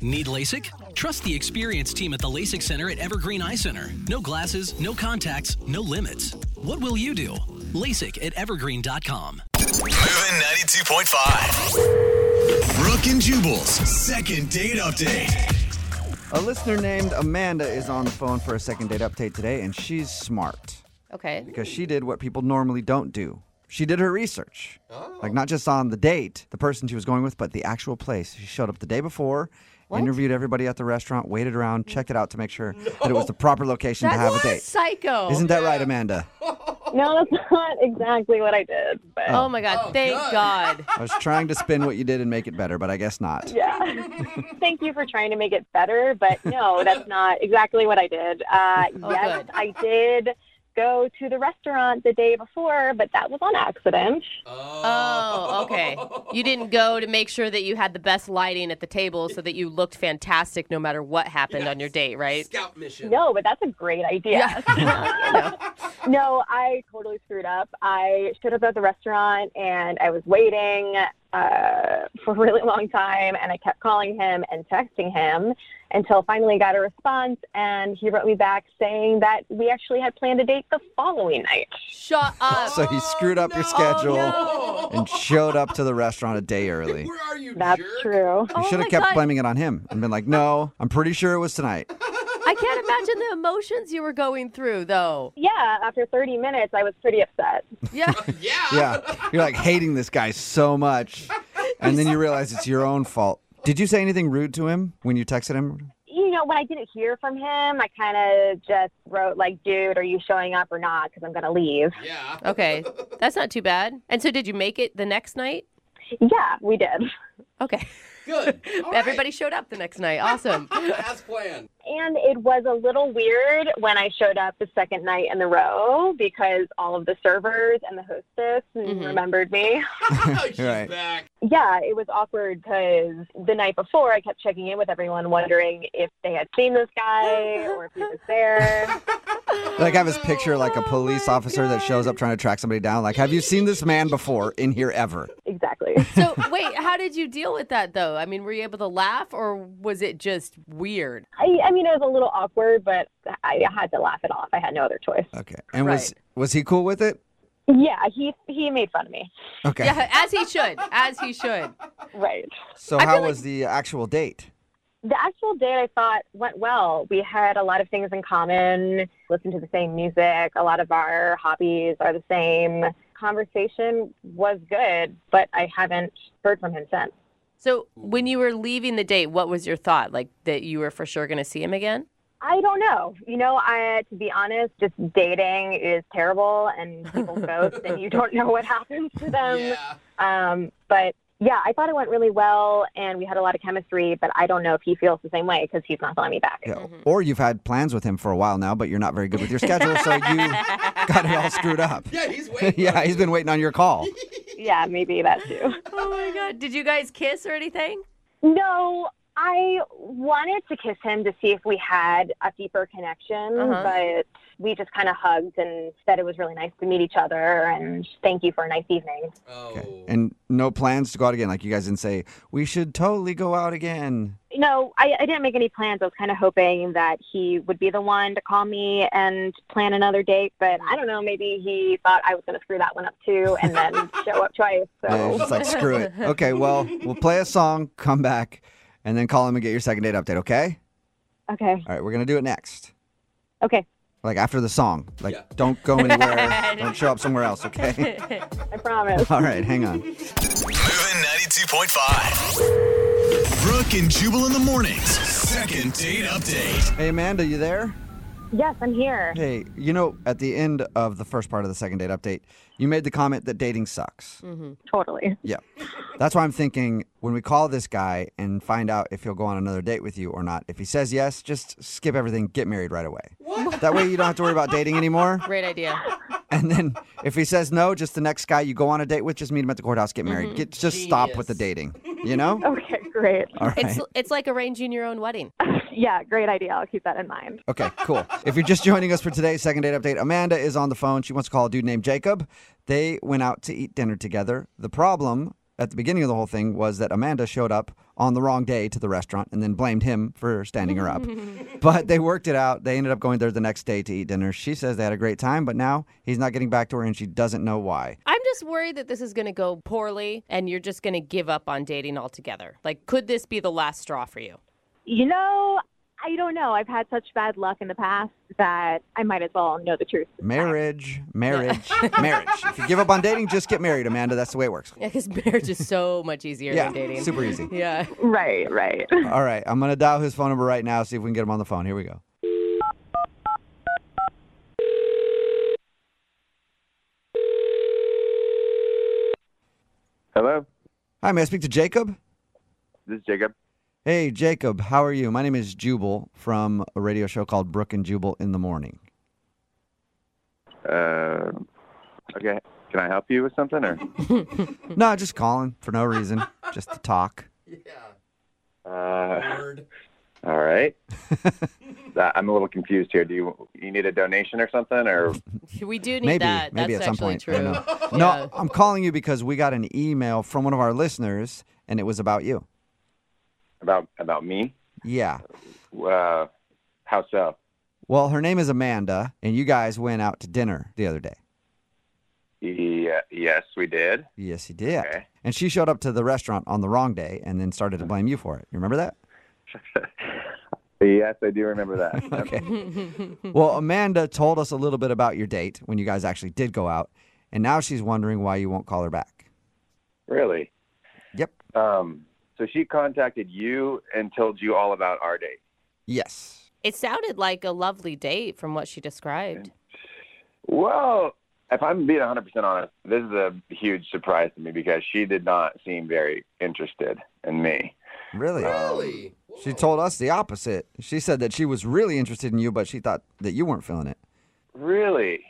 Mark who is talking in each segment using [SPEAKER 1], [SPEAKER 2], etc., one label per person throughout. [SPEAKER 1] Need LASIK? Trust the experienced team at the LASIK Center at Evergreen Eye Center. No glasses, no contacts, no limits. What will you do? LASIK at evergreen.com.
[SPEAKER 2] Moving 92.5. Brooke and Jubal's second date update.
[SPEAKER 3] A listener named Amanda is on the phone for a second date update today, and she's smart
[SPEAKER 4] Okay.
[SPEAKER 3] because she did what people normally don't do. She did her research. Like, not just on the date, the person she was going with, but the actual place. She showed up the day before, interviewed everybody at the restaurant, waited around, checked it out to make sure that it was the proper location to have
[SPEAKER 4] That's
[SPEAKER 3] a date.
[SPEAKER 4] psycho.
[SPEAKER 3] Isn't that right, Amanda?
[SPEAKER 5] No, that's not exactly what I did, but
[SPEAKER 4] oh my god, thank God.
[SPEAKER 3] I was trying to spin what you did and make it better, but I guess not.
[SPEAKER 5] yeah. Thank you for trying to make it better, but no, that's not exactly what I did. Uh, yes,
[SPEAKER 4] good.
[SPEAKER 5] I did go to the restaurant the day before, but that was on accident.
[SPEAKER 4] Oh, okay. You didn't go to make sure that you had the best lighting at the table so that you looked fantastic no matter what happened on your date, right?
[SPEAKER 6] Scout mission.
[SPEAKER 5] No, but that's a great idea. no, I totally screwed up. I showed up at the restaurant and I was waiting uh, for a really long time, and I kept calling him and texting him until finally got a response, and he wrote me back saying that we actually had planned a date the following night.
[SPEAKER 4] Shut up.
[SPEAKER 3] Oh, So he screwed up your schedule and showed up to the restaurant a day early.
[SPEAKER 6] Where are you,
[SPEAKER 5] That's
[SPEAKER 6] jerk?
[SPEAKER 5] true.
[SPEAKER 3] You
[SPEAKER 4] Oh
[SPEAKER 3] should
[SPEAKER 4] my
[SPEAKER 3] have kept
[SPEAKER 4] God.
[SPEAKER 3] blaming it on him and been like, no, I'm pretty sure it was tonight.
[SPEAKER 4] I can't imagine the emotions you were going through though.
[SPEAKER 5] Yeah, after 30 minutes, I was pretty upset.
[SPEAKER 4] Yeah.
[SPEAKER 6] Yeah.
[SPEAKER 3] Yeah. You're like hating this guy so much. And then you realize it's your own fault. Did you say anything rude to him when you texted him?
[SPEAKER 5] You know, when I didn't hear from him, I kind of just wrote, like, dude, are you showing up or not? Because I'm going to leave.
[SPEAKER 6] Yeah.
[SPEAKER 4] Okay. That's not too bad. And so did you make it the next night?
[SPEAKER 5] Yeah, we did.
[SPEAKER 4] Okay.
[SPEAKER 6] Good. All right.
[SPEAKER 4] Everybody showed up the next night. Awesome.
[SPEAKER 6] As planned.
[SPEAKER 5] And it was a little weird when I showed up the second night in the row because all of the servers and the hostess
[SPEAKER 4] Mhm.
[SPEAKER 5] remembered me.
[SPEAKER 6] She's
[SPEAKER 3] Right.
[SPEAKER 6] back.
[SPEAKER 5] Yeah, it was awkward because the night before I kept checking in with everyone, wondering if they had seen this guy or if he was there.
[SPEAKER 3] Like I have his picture like a
[SPEAKER 4] Oh
[SPEAKER 3] police
[SPEAKER 4] my
[SPEAKER 3] officer that shows up trying to track somebody down. Like, have you seen this man before in here ever?
[SPEAKER 5] exactly.
[SPEAKER 4] So wait, how did you deal with that though? I mean, were you able to laugh or was it just weird?
[SPEAKER 5] I, I mean, it was a little awkward, but I had to laugh it off. I had no other choice.
[SPEAKER 3] Okay. And was was he cool with it?
[SPEAKER 5] Yeah, he he made fun of me.
[SPEAKER 3] Okay.
[SPEAKER 4] Yeah, as he should. As he should.
[SPEAKER 5] Right.
[SPEAKER 3] So
[SPEAKER 4] I feel
[SPEAKER 3] how
[SPEAKER 4] like-
[SPEAKER 3] was the actual date?
[SPEAKER 5] The actual date I thought went well. We had a lot of things in common, listened to the same music, a lot of our hobbies are the same. Conversation was good, but I haven't heard from him since.
[SPEAKER 4] So when you were leaving the date, what was your thought? Like that you were for sure going to see him again?
[SPEAKER 5] I don't know. You know, I to be honest, just dating is terrible and people ghost and you don't know what happens to them.
[SPEAKER 6] yeah.
[SPEAKER 5] Um, but yeah, I thought it went really well and we had a lot of chemistry, but I don't know if he feels the same way because he's not calling me back.
[SPEAKER 3] Yeah.
[SPEAKER 4] Mm-hmm.
[SPEAKER 3] Or you've had plans with him for a while now, but you're not very good with your schedule, so you got it all screwed up.
[SPEAKER 6] Yeah, he's waiting.
[SPEAKER 3] yeah, he's been waiting on your call.
[SPEAKER 5] yeah, maybe that too.
[SPEAKER 4] Oh my god! Did you guys kiss or anything?
[SPEAKER 5] No, I wanted to kiss him to see if we had a deeper connection,
[SPEAKER 4] Uh-huh.
[SPEAKER 5] but we just kind of hugged and said it was really nice to meet each other and thank you for a nice evening.
[SPEAKER 6] Oh.
[SPEAKER 3] Okay. And no plans to go out again. Like you guys didn't say, we should totally go out again.
[SPEAKER 5] You know, I, I didn't make any plans. I was kind of hoping that he would be the one to call me and plan another date, but I don't know. Maybe he thought I was going to screw that one up too and then show up twice.
[SPEAKER 3] Yeah,
[SPEAKER 5] So,
[SPEAKER 3] it's just like, screw it. Okay, well, we'll play a song, come back, and then call him and get your second date update, okay?
[SPEAKER 5] okay.
[SPEAKER 3] All right, we're going to do it next.
[SPEAKER 5] Okay.
[SPEAKER 3] Like after the song. Like,
[SPEAKER 6] Yeah.
[SPEAKER 3] don't go anywhere. don't show up somewhere else, okay?
[SPEAKER 5] I promise.
[SPEAKER 3] All right, hang on.
[SPEAKER 2] Moving 92.5. Brooke and Jubal in the mornings. Second date update.
[SPEAKER 3] Hey, Amanda, you there?
[SPEAKER 5] yes, I'm here.
[SPEAKER 3] Hey, you know, at the end of the first part of the second date update, you made the comment that dating sucks.
[SPEAKER 5] Totally.
[SPEAKER 3] Yeah. That's why I'm thinking when we call this guy and find out if he'll go on another date with you or not, if he says yes, just skip everything, get married right away. That way you don't have to worry about dating anymore.
[SPEAKER 4] Great idea.
[SPEAKER 3] And then if he says no, just the next guy you go on a date with, just meet him at the courthouse, get married. Get just stop with the dating. You know?
[SPEAKER 5] Okay, great.
[SPEAKER 3] All right.
[SPEAKER 4] It's it's like arranging your own wedding.
[SPEAKER 5] Yeah, great idea. I'll keep that in mind.
[SPEAKER 3] Okay, cool. If you're just joining us for today's second date update, Amanda is on the phone. She wants to call a dude named Jacob. They went out to eat dinner together. The problem at the beginning of the whole thing was that Amanda showed up on the wrong day to the restaurant and then blamed him for standing her up. but they worked it out. They ended up going there the next day to eat dinner. She says they had a great time, but now he's not getting back to her and she doesn't know why.
[SPEAKER 4] I'm just worried that this is going to go poorly and you're just going to give up on dating altogether. Like, could this be the last straw for you?
[SPEAKER 5] You know, I don't know. I've had such bad luck in the past that I might as well know the truth.
[SPEAKER 3] Marriage, marriage, marriage. If you give up on dating, just get married, Amanda. That's the way it works.
[SPEAKER 4] Yeah, because marriage is so much easier
[SPEAKER 3] Yeah,
[SPEAKER 4] than dating.
[SPEAKER 3] super easy.
[SPEAKER 4] Yeah.
[SPEAKER 5] Right, right.
[SPEAKER 3] All right, I'm gonna dial his phone number right now. See if we can get him on the phone. Here we go.
[SPEAKER 7] Hello,
[SPEAKER 3] Hi, may I speak to Jacob?
[SPEAKER 7] this is Jacob.
[SPEAKER 3] Hey, Jacob, how are you? My name is Jubal from a radio show called Brook and Jubal in the Morning.
[SPEAKER 7] Uh, okay, can I help you with something? Or
[SPEAKER 4] Hmm.
[SPEAKER 3] No, just calling for no reason, just to talk.
[SPEAKER 7] uh,
[SPEAKER 6] Nerd.
[SPEAKER 7] all right. Uh, I'm a little confused here. Do you you need a donation or something? Or
[SPEAKER 4] We do need
[SPEAKER 3] maybe,
[SPEAKER 4] that.
[SPEAKER 3] maybe
[SPEAKER 4] That's
[SPEAKER 3] at some
[SPEAKER 4] actually
[SPEAKER 3] point. I
[SPEAKER 4] true.
[SPEAKER 3] don't know.
[SPEAKER 4] Yeah.
[SPEAKER 3] No, I'm calling you because we got an email from one of our listeners, and it was about you.
[SPEAKER 7] about about me?
[SPEAKER 3] Yeah.
[SPEAKER 7] Uh, how so?
[SPEAKER 3] Well, her name is Amanda, and you guys went out to dinner the other day.
[SPEAKER 7] Yeah, yes, we did.
[SPEAKER 3] Yes, you did.
[SPEAKER 7] Okay.
[SPEAKER 3] And she showed up to the restaurant on the wrong day and then started to blame you for it. You remember that?
[SPEAKER 7] Yes, I do remember that.
[SPEAKER 3] Well, Amanda told us a little bit about your date when you guys actually did go out, and now she's wondering why you won't call her back.
[SPEAKER 7] Really?
[SPEAKER 3] Yep.
[SPEAKER 7] Um, so she contacted you and told you all about our date.
[SPEAKER 3] Yes.
[SPEAKER 4] It sounded like a lovely date from what she described.
[SPEAKER 7] Well, if I'm being 100% honest, this is a huge surprise to me because she did not seem very interested in me.
[SPEAKER 3] Really?
[SPEAKER 6] Really?
[SPEAKER 3] She told us the opposite. She said that she was really interested in you, but she thought that you weren't feeling it.
[SPEAKER 7] Really?
[SPEAKER 3] Really?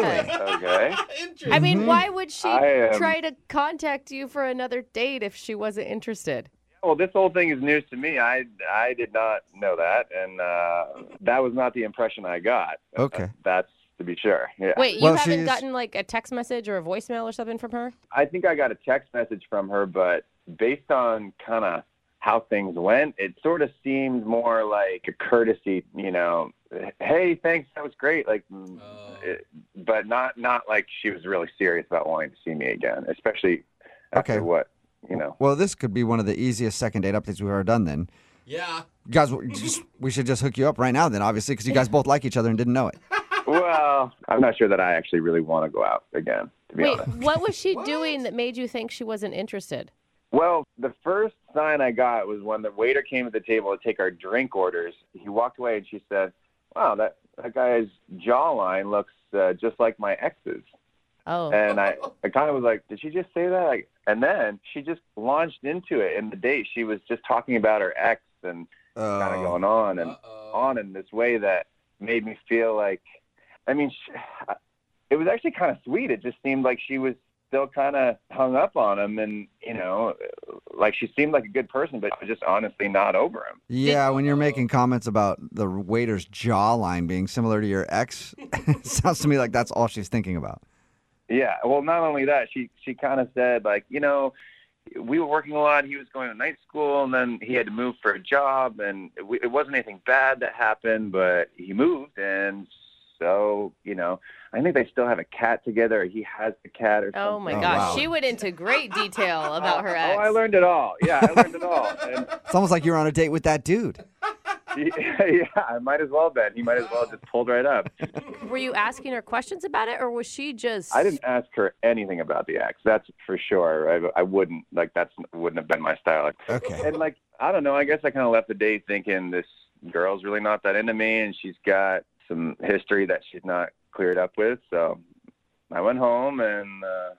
[SPEAKER 7] Okay.
[SPEAKER 6] Interesting.
[SPEAKER 4] I
[SPEAKER 3] Mm-hmm.
[SPEAKER 4] mean, why would she
[SPEAKER 7] I am-
[SPEAKER 4] try to contact you for another date if she wasn't interested?
[SPEAKER 7] well, this whole thing is news to me. I, I did not know that, and uh, that was not the impression I got. Uh,
[SPEAKER 3] Okay.
[SPEAKER 7] That's to be sure. Yeah.
[SPEAKER 4] Wait, you
[SPEAKER 3] Well,
[SPEAKER 4] haven't
[SPEAKER 3] she's-
[SPEAKER 4] gotten like a text message or a voicemail or something from her?
[SPEAKER 7] I think I got a text message from her, but based on kind of how things went, it sort of seemed more like a courtesy, you know, hey, thanks, that was great, like, mm,
[SPEAKER 6] Oh.
[SPEAKER 7] it, but not not like she was really serious about wanting to see me again, especially after
[SPEAKER 3] Okay.
[SPEAKER 7] what, you know.
[SPEAKER 3] Well, this could be one of the easiest second date updates we've ever done then.
[SPEAKER 6] Yeah.
[SPEAKER 3] You guys, we just- we should just hook you up right now then, obviously, because you guys both like each other and didn't know it.
[SPEAKER 7] Well, I'm not sure that I actually really want to go out again, to be
[SPEAKER 4] Wait,
[SPEAKER 7] honest.
[SPEAKER 4] what was she doing that made you think she wasn't interested?
[SPEAKER 7] Well, the first sign I got was when the waiter came to the table to take our drink orders. He walked away and she said, "Wow, that that guy's jawline looks uh, just like my ex's."
[SPEAKER 4] Oh,
[SPEAKER 7] And I, I kind of was like, "Did she just say that?" Like, and then she just launched into it. And the date, she was just talking about her ex and kind
[SPEAKER 3] Oh.
[SPEAKER 7] of going on and
[SPEAKER 6] Uh-oh.
[SPEAKER 7] on in this way that made me feel like, I mean, sh it was actually kind of sweet. It just seemed like she was still kind of hung up on him, and you know, like she seemed like a good person, but I was just honestly not over him.
[SPEAKER 3] Yeah, when
[SPEAKER 4] Oh.
[SPEAKER 3] you're making comments about the waiter's jawline being similar to your ex, it sounds to me like that's all she's thinking about.
[SPEAKER 7] Yeah. Well, not only that, she she kind of said like, you know, we were working a lot. He was going to night school, and then he had to move for a job, and we, it wasn't anything bad that happened, but he moved, and so you know, I think they still have a cat together. Or he has the cat, or
[SPEAKER 4] oh my
[SPEAKER 7] something.
[SPEAKER 3] Oh,
[SPEAKER 4] gosh,
[SPEAKER 3] wow.
[SPEAKER 4] she went into great detail about her ex.
[SPEAKER 7] Oh, I learned it all. Yeah, I learned it all. And
[SPEAKER 3] It's almost like you're on a date with that dude.
[SPEAKER 7] yeah, I might as well have been. He might as well have just pulled right up.
[SPEAKER 4] Were you asking her questions about it, or was she just?
[SPEAKER 7] I didn't ask her anything about the ex. That's for sure. I, I wouldn't like that's wouldn't have been my style.
[SPEAKER 3] Okay.
[SPEAKER 7] And like I don't know. I guess I kind of left the day thinking this girl's really not that into me, and she's got some history that she's not cleared up with. So I went home, and uh,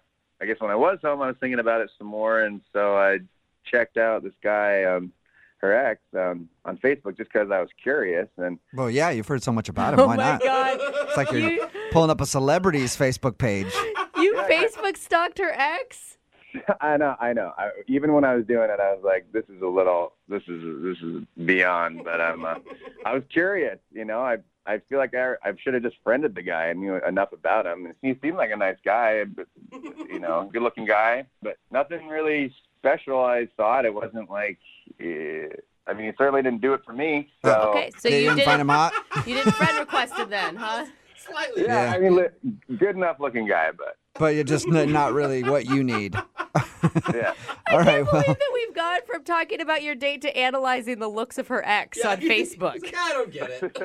[SPEAKER 7] I guess when I was home, I was thinking about it some more, and so I checked out this guy, um, her ex, um, on Facebook just because I was curious and.
[SPEAKER 3] Well, yeah, you've heard so much about him.
[SPEAKER 4] Oh
[SPEAKER 3] Why
[SPEAKER 4] my
[SPEAKER 3] not?
[SPEAKER 4] god,
[SPEAKER 3] It's like you're
[SPEAKER 4] you
[SPEAKER 3] pulling up a celebrity's Facebook page.
[SPEAKER 4] you Facebook stalked her ex?
[SPEAKER 7] I know, I know. I, even when I was doing it, I was like, "This is a little, this is this is beyond." But I'm, uh, I was curious, you know. I I feel like I I should have just friended the guy. I knew enough about him, and he seemed like a nice guy, but you know, good-looking guy. But nothing really special. I thought it wasn't like. Uh, I mean, he certainly didn't do it for me. So.
[SPEAKER 4] Okay, so
[SPEAKER 3] They
[SPEAKER 4] you
[SPEAKER 3] didn't
[SPEAKER 4] didn't
[SPEAKER 3] find him hot.
[SPEAKER 4] you didn't friend request him then, huh?
[SPEAKER 6] Slightly.
[SPEAKER 7] Yeah,
[SPEAKER 3] Yeah.
[SPEAKER 7] I mean, li- good enough looking guy, but
[SPEAKER 3] but you're just n- not really what you need.
[SPEAKER 7] yeah.
[SPEAKER 3] All right,
[SPEAKER 4] I
[SPEAKER 3] well,
[SPEAKER 4] believe that we've gone from talking about your date to analyzing the looks of her ex on
[SPEAKER 6] He's
[SPEAKER 4] Facebook.
[SPEAKER 6] like, I don't get it.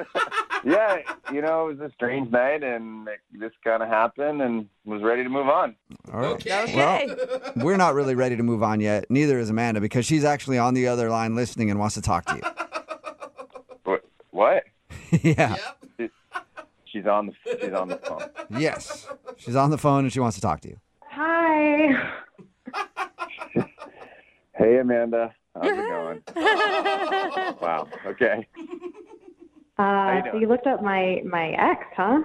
[SPEAKER 7] yeah, you know, it was a strange night, and it just kind of happened, and was ready to move on.
[SPEAKER 3] all right.
[SPEAKER 6] Okay.
[SPEAKER 3] Well,
[SPEAKER 4] Okay.
[SPEAKER 3] we're not really ready to move on yet. Neither is Amanda because she's actually on the other line listening and wants to talk to
[SPEAKER 7] What? what?
[SPEAKER 3] you. yeah.
[SPEAKER 6] Yep.
[SPEAKER 7] She's on the she's on the phone.
[SPEAKER 3] Yes. She's on the phone and she wants to talk to you.
[SPEAKER 8] Hi.
[SPEAKER 7] Hey, Amanda, how's it going? wow. Okay.
[SPEAKER 8] Uh,
[SPEAKER 7] you
[SPEAKER 8] so
[SPEAKER 7] doing?
[SPEAKER 8] you looked up my my ex, huh?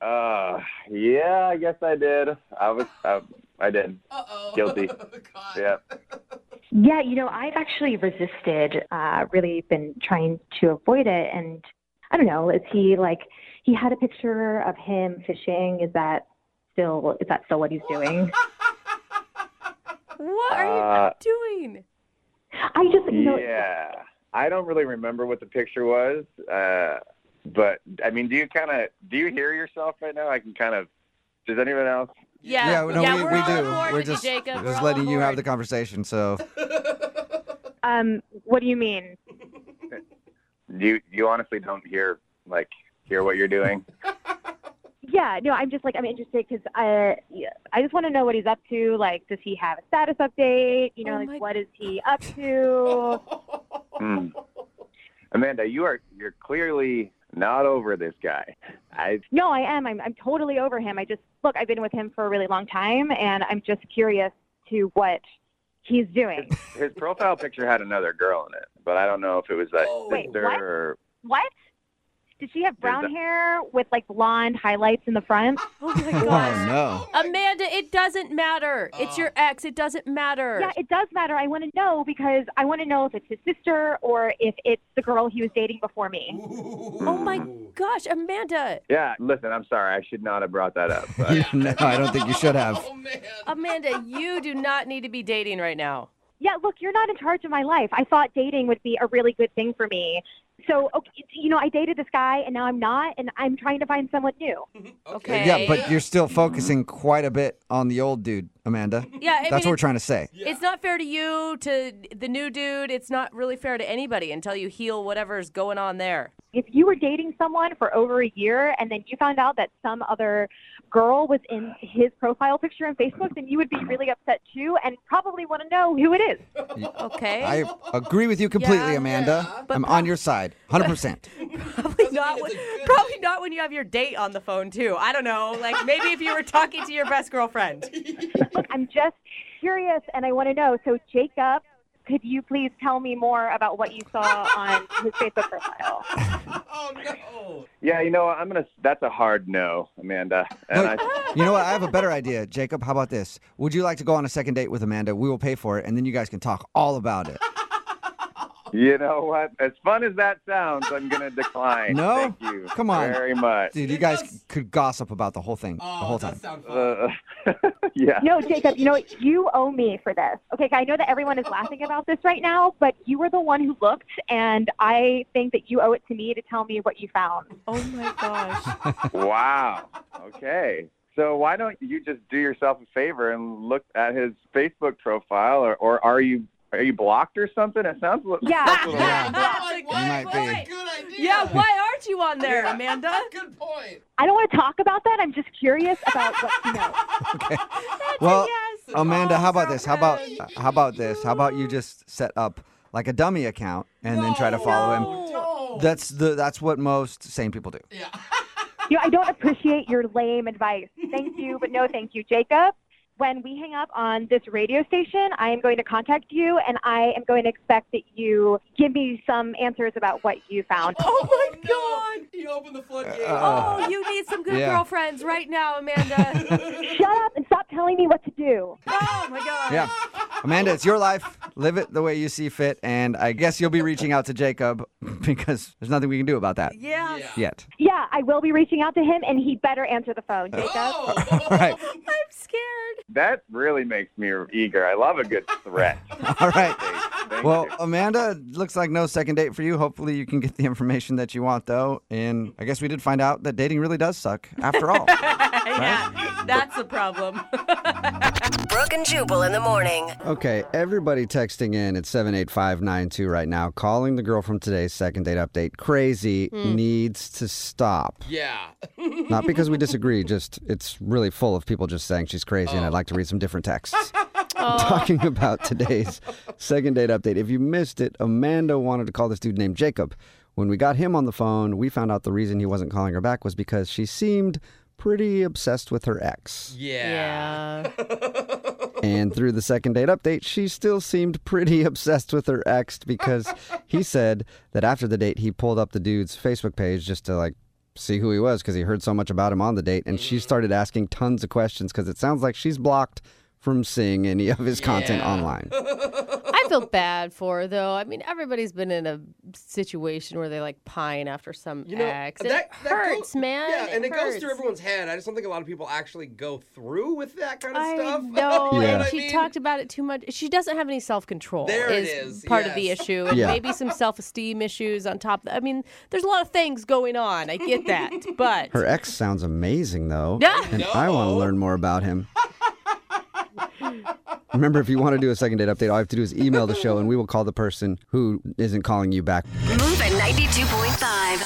[SPEAKER 7] Uh, yeah, I guess I did. I was I, I did.
[SPEAKER 6] Uh oh.
[SPEAKER 7] Guilty.
[SPEAKER 6] God.
[SPEAKER 7] Yeah.
[SPEAKER 8] Yeah, you know, I've actually resisted, uh, really been trying to avoid it. And I don't know, is he like, he had a picture of him fishing. Is that still, is that still what he's doing?
[SPEAKER 4] What
[SPEAKER 7] Uh,
[SPEAKER 4] are you doing?
[SPEAKER 8] I just, you know,
[SPEAKER 7] yeah. I don't really remember what the picture was. Uh, but I mean, do you kind of do you hear yourself right now? I can kind of. Does anyone else?
[SPEAKER 4] Yeah,
[SPEAKER 3] no, we,
[SPEAKER 4] we're
[SPEAKER 3] we
[SPEAKER 4] all
[SPEAKER 3] do.
[SPEAKER 4] on board
[SPEAKER 3] we're
[SPEAKER 4] with
[SPEAKER 3] just,
[SPEAKER 4] you, Jacob. We're
[SPEAKER 3] just
[SPEAKER 4] all
[SPEAKER 3] letting
[SPEAKER 4] on
[SPEAKER 3] you have the
[SPEAKER 4] board.
[SPEAKER 3] conversation. So,
[SPEAKER 8] um, what do you mean?
[SPEAKER 7] Do you, you honestly don't hear like hear what you're doing?
[SPEAKER 8] Yeah, no, I'm just like, I'm interested because I, yeah, I just want to know what he's up to. Like, does he have a status update? You know,
[SPEAKER 4] Oh my-
[SPEAKER 8] like, what is he up to?
[SPEAKER 7] Hmm. Amanda, you are you're clearly not over this guy. I
[SPEAKER 8] No, I am. I'm, I'm totally over him. I just look. I've been with him for a really long time, and I'm just curious to what he's doing.
[SPEAKER 7] his profile picture had another girl in it, but I don't know if it was that
[SPEAKER 6] Oh.
[SPEAKER 8] Wait,
[SPEAKER 7] sister
[SPEAKER 8] what?
[SPEAKER 7] or
[SPEAKER 8] what? Did she have brown
[SPEAKER 7] that-
[SPEAKER 8] hair with like blonde highlights in the front?
[SPEAKER 4] Oh my
[SPEAKER 3] oh
[SPEAKER 4] gosh.
[SPEAKER 3] no.
[SPEAKER 4] Amanda, it doesn't matter. It's your ex. It doesn't matter.
[SPEAKER 8] Yeah, it does matter. I want to know because I want to know if it's his sister or if it's the girl he was dating before me.
[SPEAKER 6] Ooh.
[SPEAKER 4] oh my gosh, Amanda.
[SPEAKER 7] yeah. Listen, I'm sorry, I should not have brought that up. But
[SPEAKER 3] no, I don't think you should have. Uh,
[SPEAKER 6] Oh man.
[SPEAKER 4] Amanda, you do not need to be dating right now.
[SPEAKER 8] Yeah, look, you're not in charge of my life. I thought dating would be a really good thing for me. So, okay, you know, I dated this guy and now I'm not, and I'm trying to find someone new.
[SPEAKER 4] Okay.
[SPEAKER 3] Yeah, but you're still focusing quite a bit on the old dude, Amanda.
[SPEAKER 4] Yeah, I
[SPEAKER 3] That's what
[SPEAKER 4] mean,
[SPEAKER 3] we're trying to say.
[SPEAKER 4] It's not fair to you, to the new dude. It's not really fair to anybody until you heal whatever's going on there.
[SPEAKER 8] if you were dating someone for over a year and then you found out that some other girl was in his profile picture on Facebook, then you would be really upset too and probably want to know who it is.
[SPEAKER 4] Okay.
[SPEAKER 3] I agree with you completely,
[SPEAKER 4] Yeah.
[SPEAKER 3] Amanda.
[SPEAKER 4] But
[SPEAKER 3] I'm on your side, 100%.
[SPEAKER 4] probably not when, probably not when you have your date on the phone too. I don't know. Like maybe if you were talking to your best girlfriend.
[SPEAKER 8] Look, I'm just curious and I want to know. So, Jacob, could you please tell me more about what you saw on his Facebook profile?
[SPEAKER 6] Oh no.
[SPEAKER 7] yeah, you know, what, I'm gonna. That's a hard no, Amanda. And
[SPEAKER 3] No,
[SPEAKER 7] I,
[SPEAKER 3] you know what? I have a better idea, Jacob. How about this? Would you like to go on a second date with Amanda? We will pay for it, and then you guys can talk all about it.
[SPEAKER 7] you know what? As fun as that sounds, I'm gonna decline.
[SPEAKER 3] No?
[SPEAKER 7] Thank you.
[SPEAKER 3] Come on.
[SPEAKER 7] Very much.
[SPEAKER 3] Dude, you guys could gossip about the whole thing the
[SPEAKER 6] Oh,
[SPEAKER 3] whole
[SPEAKER 6] that
[SPEAKER 3] time.
[SPEAKER 6] sound fun.
[SPEAKER 7] Uh, yeah.
[SPEAKER 8] No, Jacob, you know what? You owe me for this. Okay, I know that everyone is laughing about this right now, but you were the one who looked, and I think that you owe it to me to tell me what you found.
[SPEAKER 4] Oh my gosh.
[SPEAKER 7] Wow. Okay. So why don't you just do yourself a favor and look at his Facebook profile, or, or are you are you blocked or something? It sounds. li-
[SPEAKER 8] Yeah.
[SPEAKER 7] sounds a little-
[SPEAKER 3] Yeah.
[SPEAKER 6] Why- why-
[SPEAKER 3] might
[SPEAKER 6] why-
[SPEAKER 3] be.
[SPEAKER 6] Good idea.
[SPEAKER 4] Yeah, why aren't you on there, Amanda?
[SPEAKER 6] Good point.
[SPEAKER 8] I don't want to talk about that. I'm just curious about what you know.
[SPEAKER 3] Well,
[SPEAKER 4] yes.
[SPEAKER 3] Amanda,
[SPEAKER 4] Oh,
[SPEAKER 3] how about this? How about uh,
[SPEAKER 4] so good.
[SPEAKER 3] how about this? How about you just set up like a dummy account and then try to follow him?
[SPEAKER 6] No.
[SPEAKER 3] That's the that's what most sane people do.
[SPEAKER 6] yeah.
[SPEAKER 8] You know, I don't appreciate your lame advice. Thank you, but no thank you. Jacob,
[SPEAKER 5] when we hang up on this radio station, I am going to contact you and I am going to expect that you give me some answers about what you found.
[SPEAKER 6] Oh, my God. You opened the floodgate.
[SPEAKER 3] Uh,
[SPEAKER 9] Oh, you need some good
[SPEAKER 3] Yeah.
[SPEAKER 9] girlfriends right now, Amanda.
[SPEAKER 5] Shut up and stop telling me what to do.
[SPEAKER 9] oh my God.
[SPEAKER 3] Yeah. Amanda, it's your life. Live it the way you see fit. And I guess you'll be reaching out to Jacob because there's nothing we can do about that
[SPEAKER 9] Yeah.
[SPEAKER 6] Yeah.
[SPEAKER 3] yet.
[SPEAKER 5] Yeah, I will be reaching out to him and he better answer the phone, Jacob.
[SPEAKER 6] Oh.
[SPEAKER 3] All right.
[SPEAKER 9] I'm scared.
[SPEAKER 7] That really makes me eager. I love a good threat.
[SPEAKER 3] All right.
[SPEAKER 7] Thank
[SPEAKER 3] Well,
[SPEAKER 7] you.
[SPEAKER 3] Amanda, looks like no second date for you. Hopefully, you can get the information that you want, though. And I guess we did find out that dating really does suck after all.
[SPEAKER 4] yeah, that's the problem.
[SPEAKER 8] Brooke and Jubal in the morning.
[SPEAKER 3] Okay, everybody texting in at 78592 right now, calling the girl from today's second date update crazy needs to stop.
[SPEAKER 6] Yeah.
[SPEAKER 3] Not because we disagree, just it's really full of people just saying she's crazy, and I'd like to read some different texts. Talking about today's second date update. If you missed it, Amanda wanted to call this dude named Jacob. When we got him on the phone, we found out the reason he wasn't calling her back was because she seemed pretty obsessed with her ex.
[SPEAKER 6] Yeah.
[SPEAKER 4] Yeah.
[SPEAKER 3] And through the second date update, she still seemed pretty obsessed with her ex because he said that after the date, he pulled up the dude's Facebook page just to like see who he was because he heard so much about him on the date. And she started asking tons of questions because it sounds like she's blocked from seeing any of his content
[SPEAKER 6] Yeah.
[SPEAKER 3] online.
[SPEAKER 4] I feel bad for her, though. I mean, everybody's been in a situation where they like pine after some
[SPEAKER 6] You know,
[SPEAKER 4] ex. It
[SPEAKER 6] that, that
[SPEAKER 4] hurts,
[SPEAKER 6] goes,
[SPEAKER 4] man.
[SPEAKER 6] Yeah, and it goes through
[SPEAKER 4] hurts.
[SPEAKER 6] everyone's head. I just don't think a lot of people actually go through with that kind of
[SPEAKER 4] I
[SPEAKER 6] stuff.
[SPEAKER 4] know,
[SPEAKER 6] You
[SPEAKER 3] Yeah.
[SPEAKER 6] what I
[SPEAKER 4] and she
[SPEAKER 6] mean?
[SPEAKER 4] talked about it too much. She doesn't have any self control.
[SPEAKER 6] There it is,
[SPEAKER 4] part of the
[SPEAKER 6] yes.
[SPEAKER 4] issue, and
[SPEAKER 3] Yeah.
[SPEAKER 4] maybe some self esteem issues on top. Of I mean, there's a lot of things going on. I get that, but
[SPEAKER 3] Her ex sounds amazing though.
[SPEAKER 4] Yeah.
[SPEAKER 3] And I want to
[SPEAKER 6] No.
[SPEAKER 3] learn more about him. Remember, if you want to do a second date update, all you have to do is email the show and we will call the person who isn't calling you back.
[SPEAKER 8] Move at 92.5.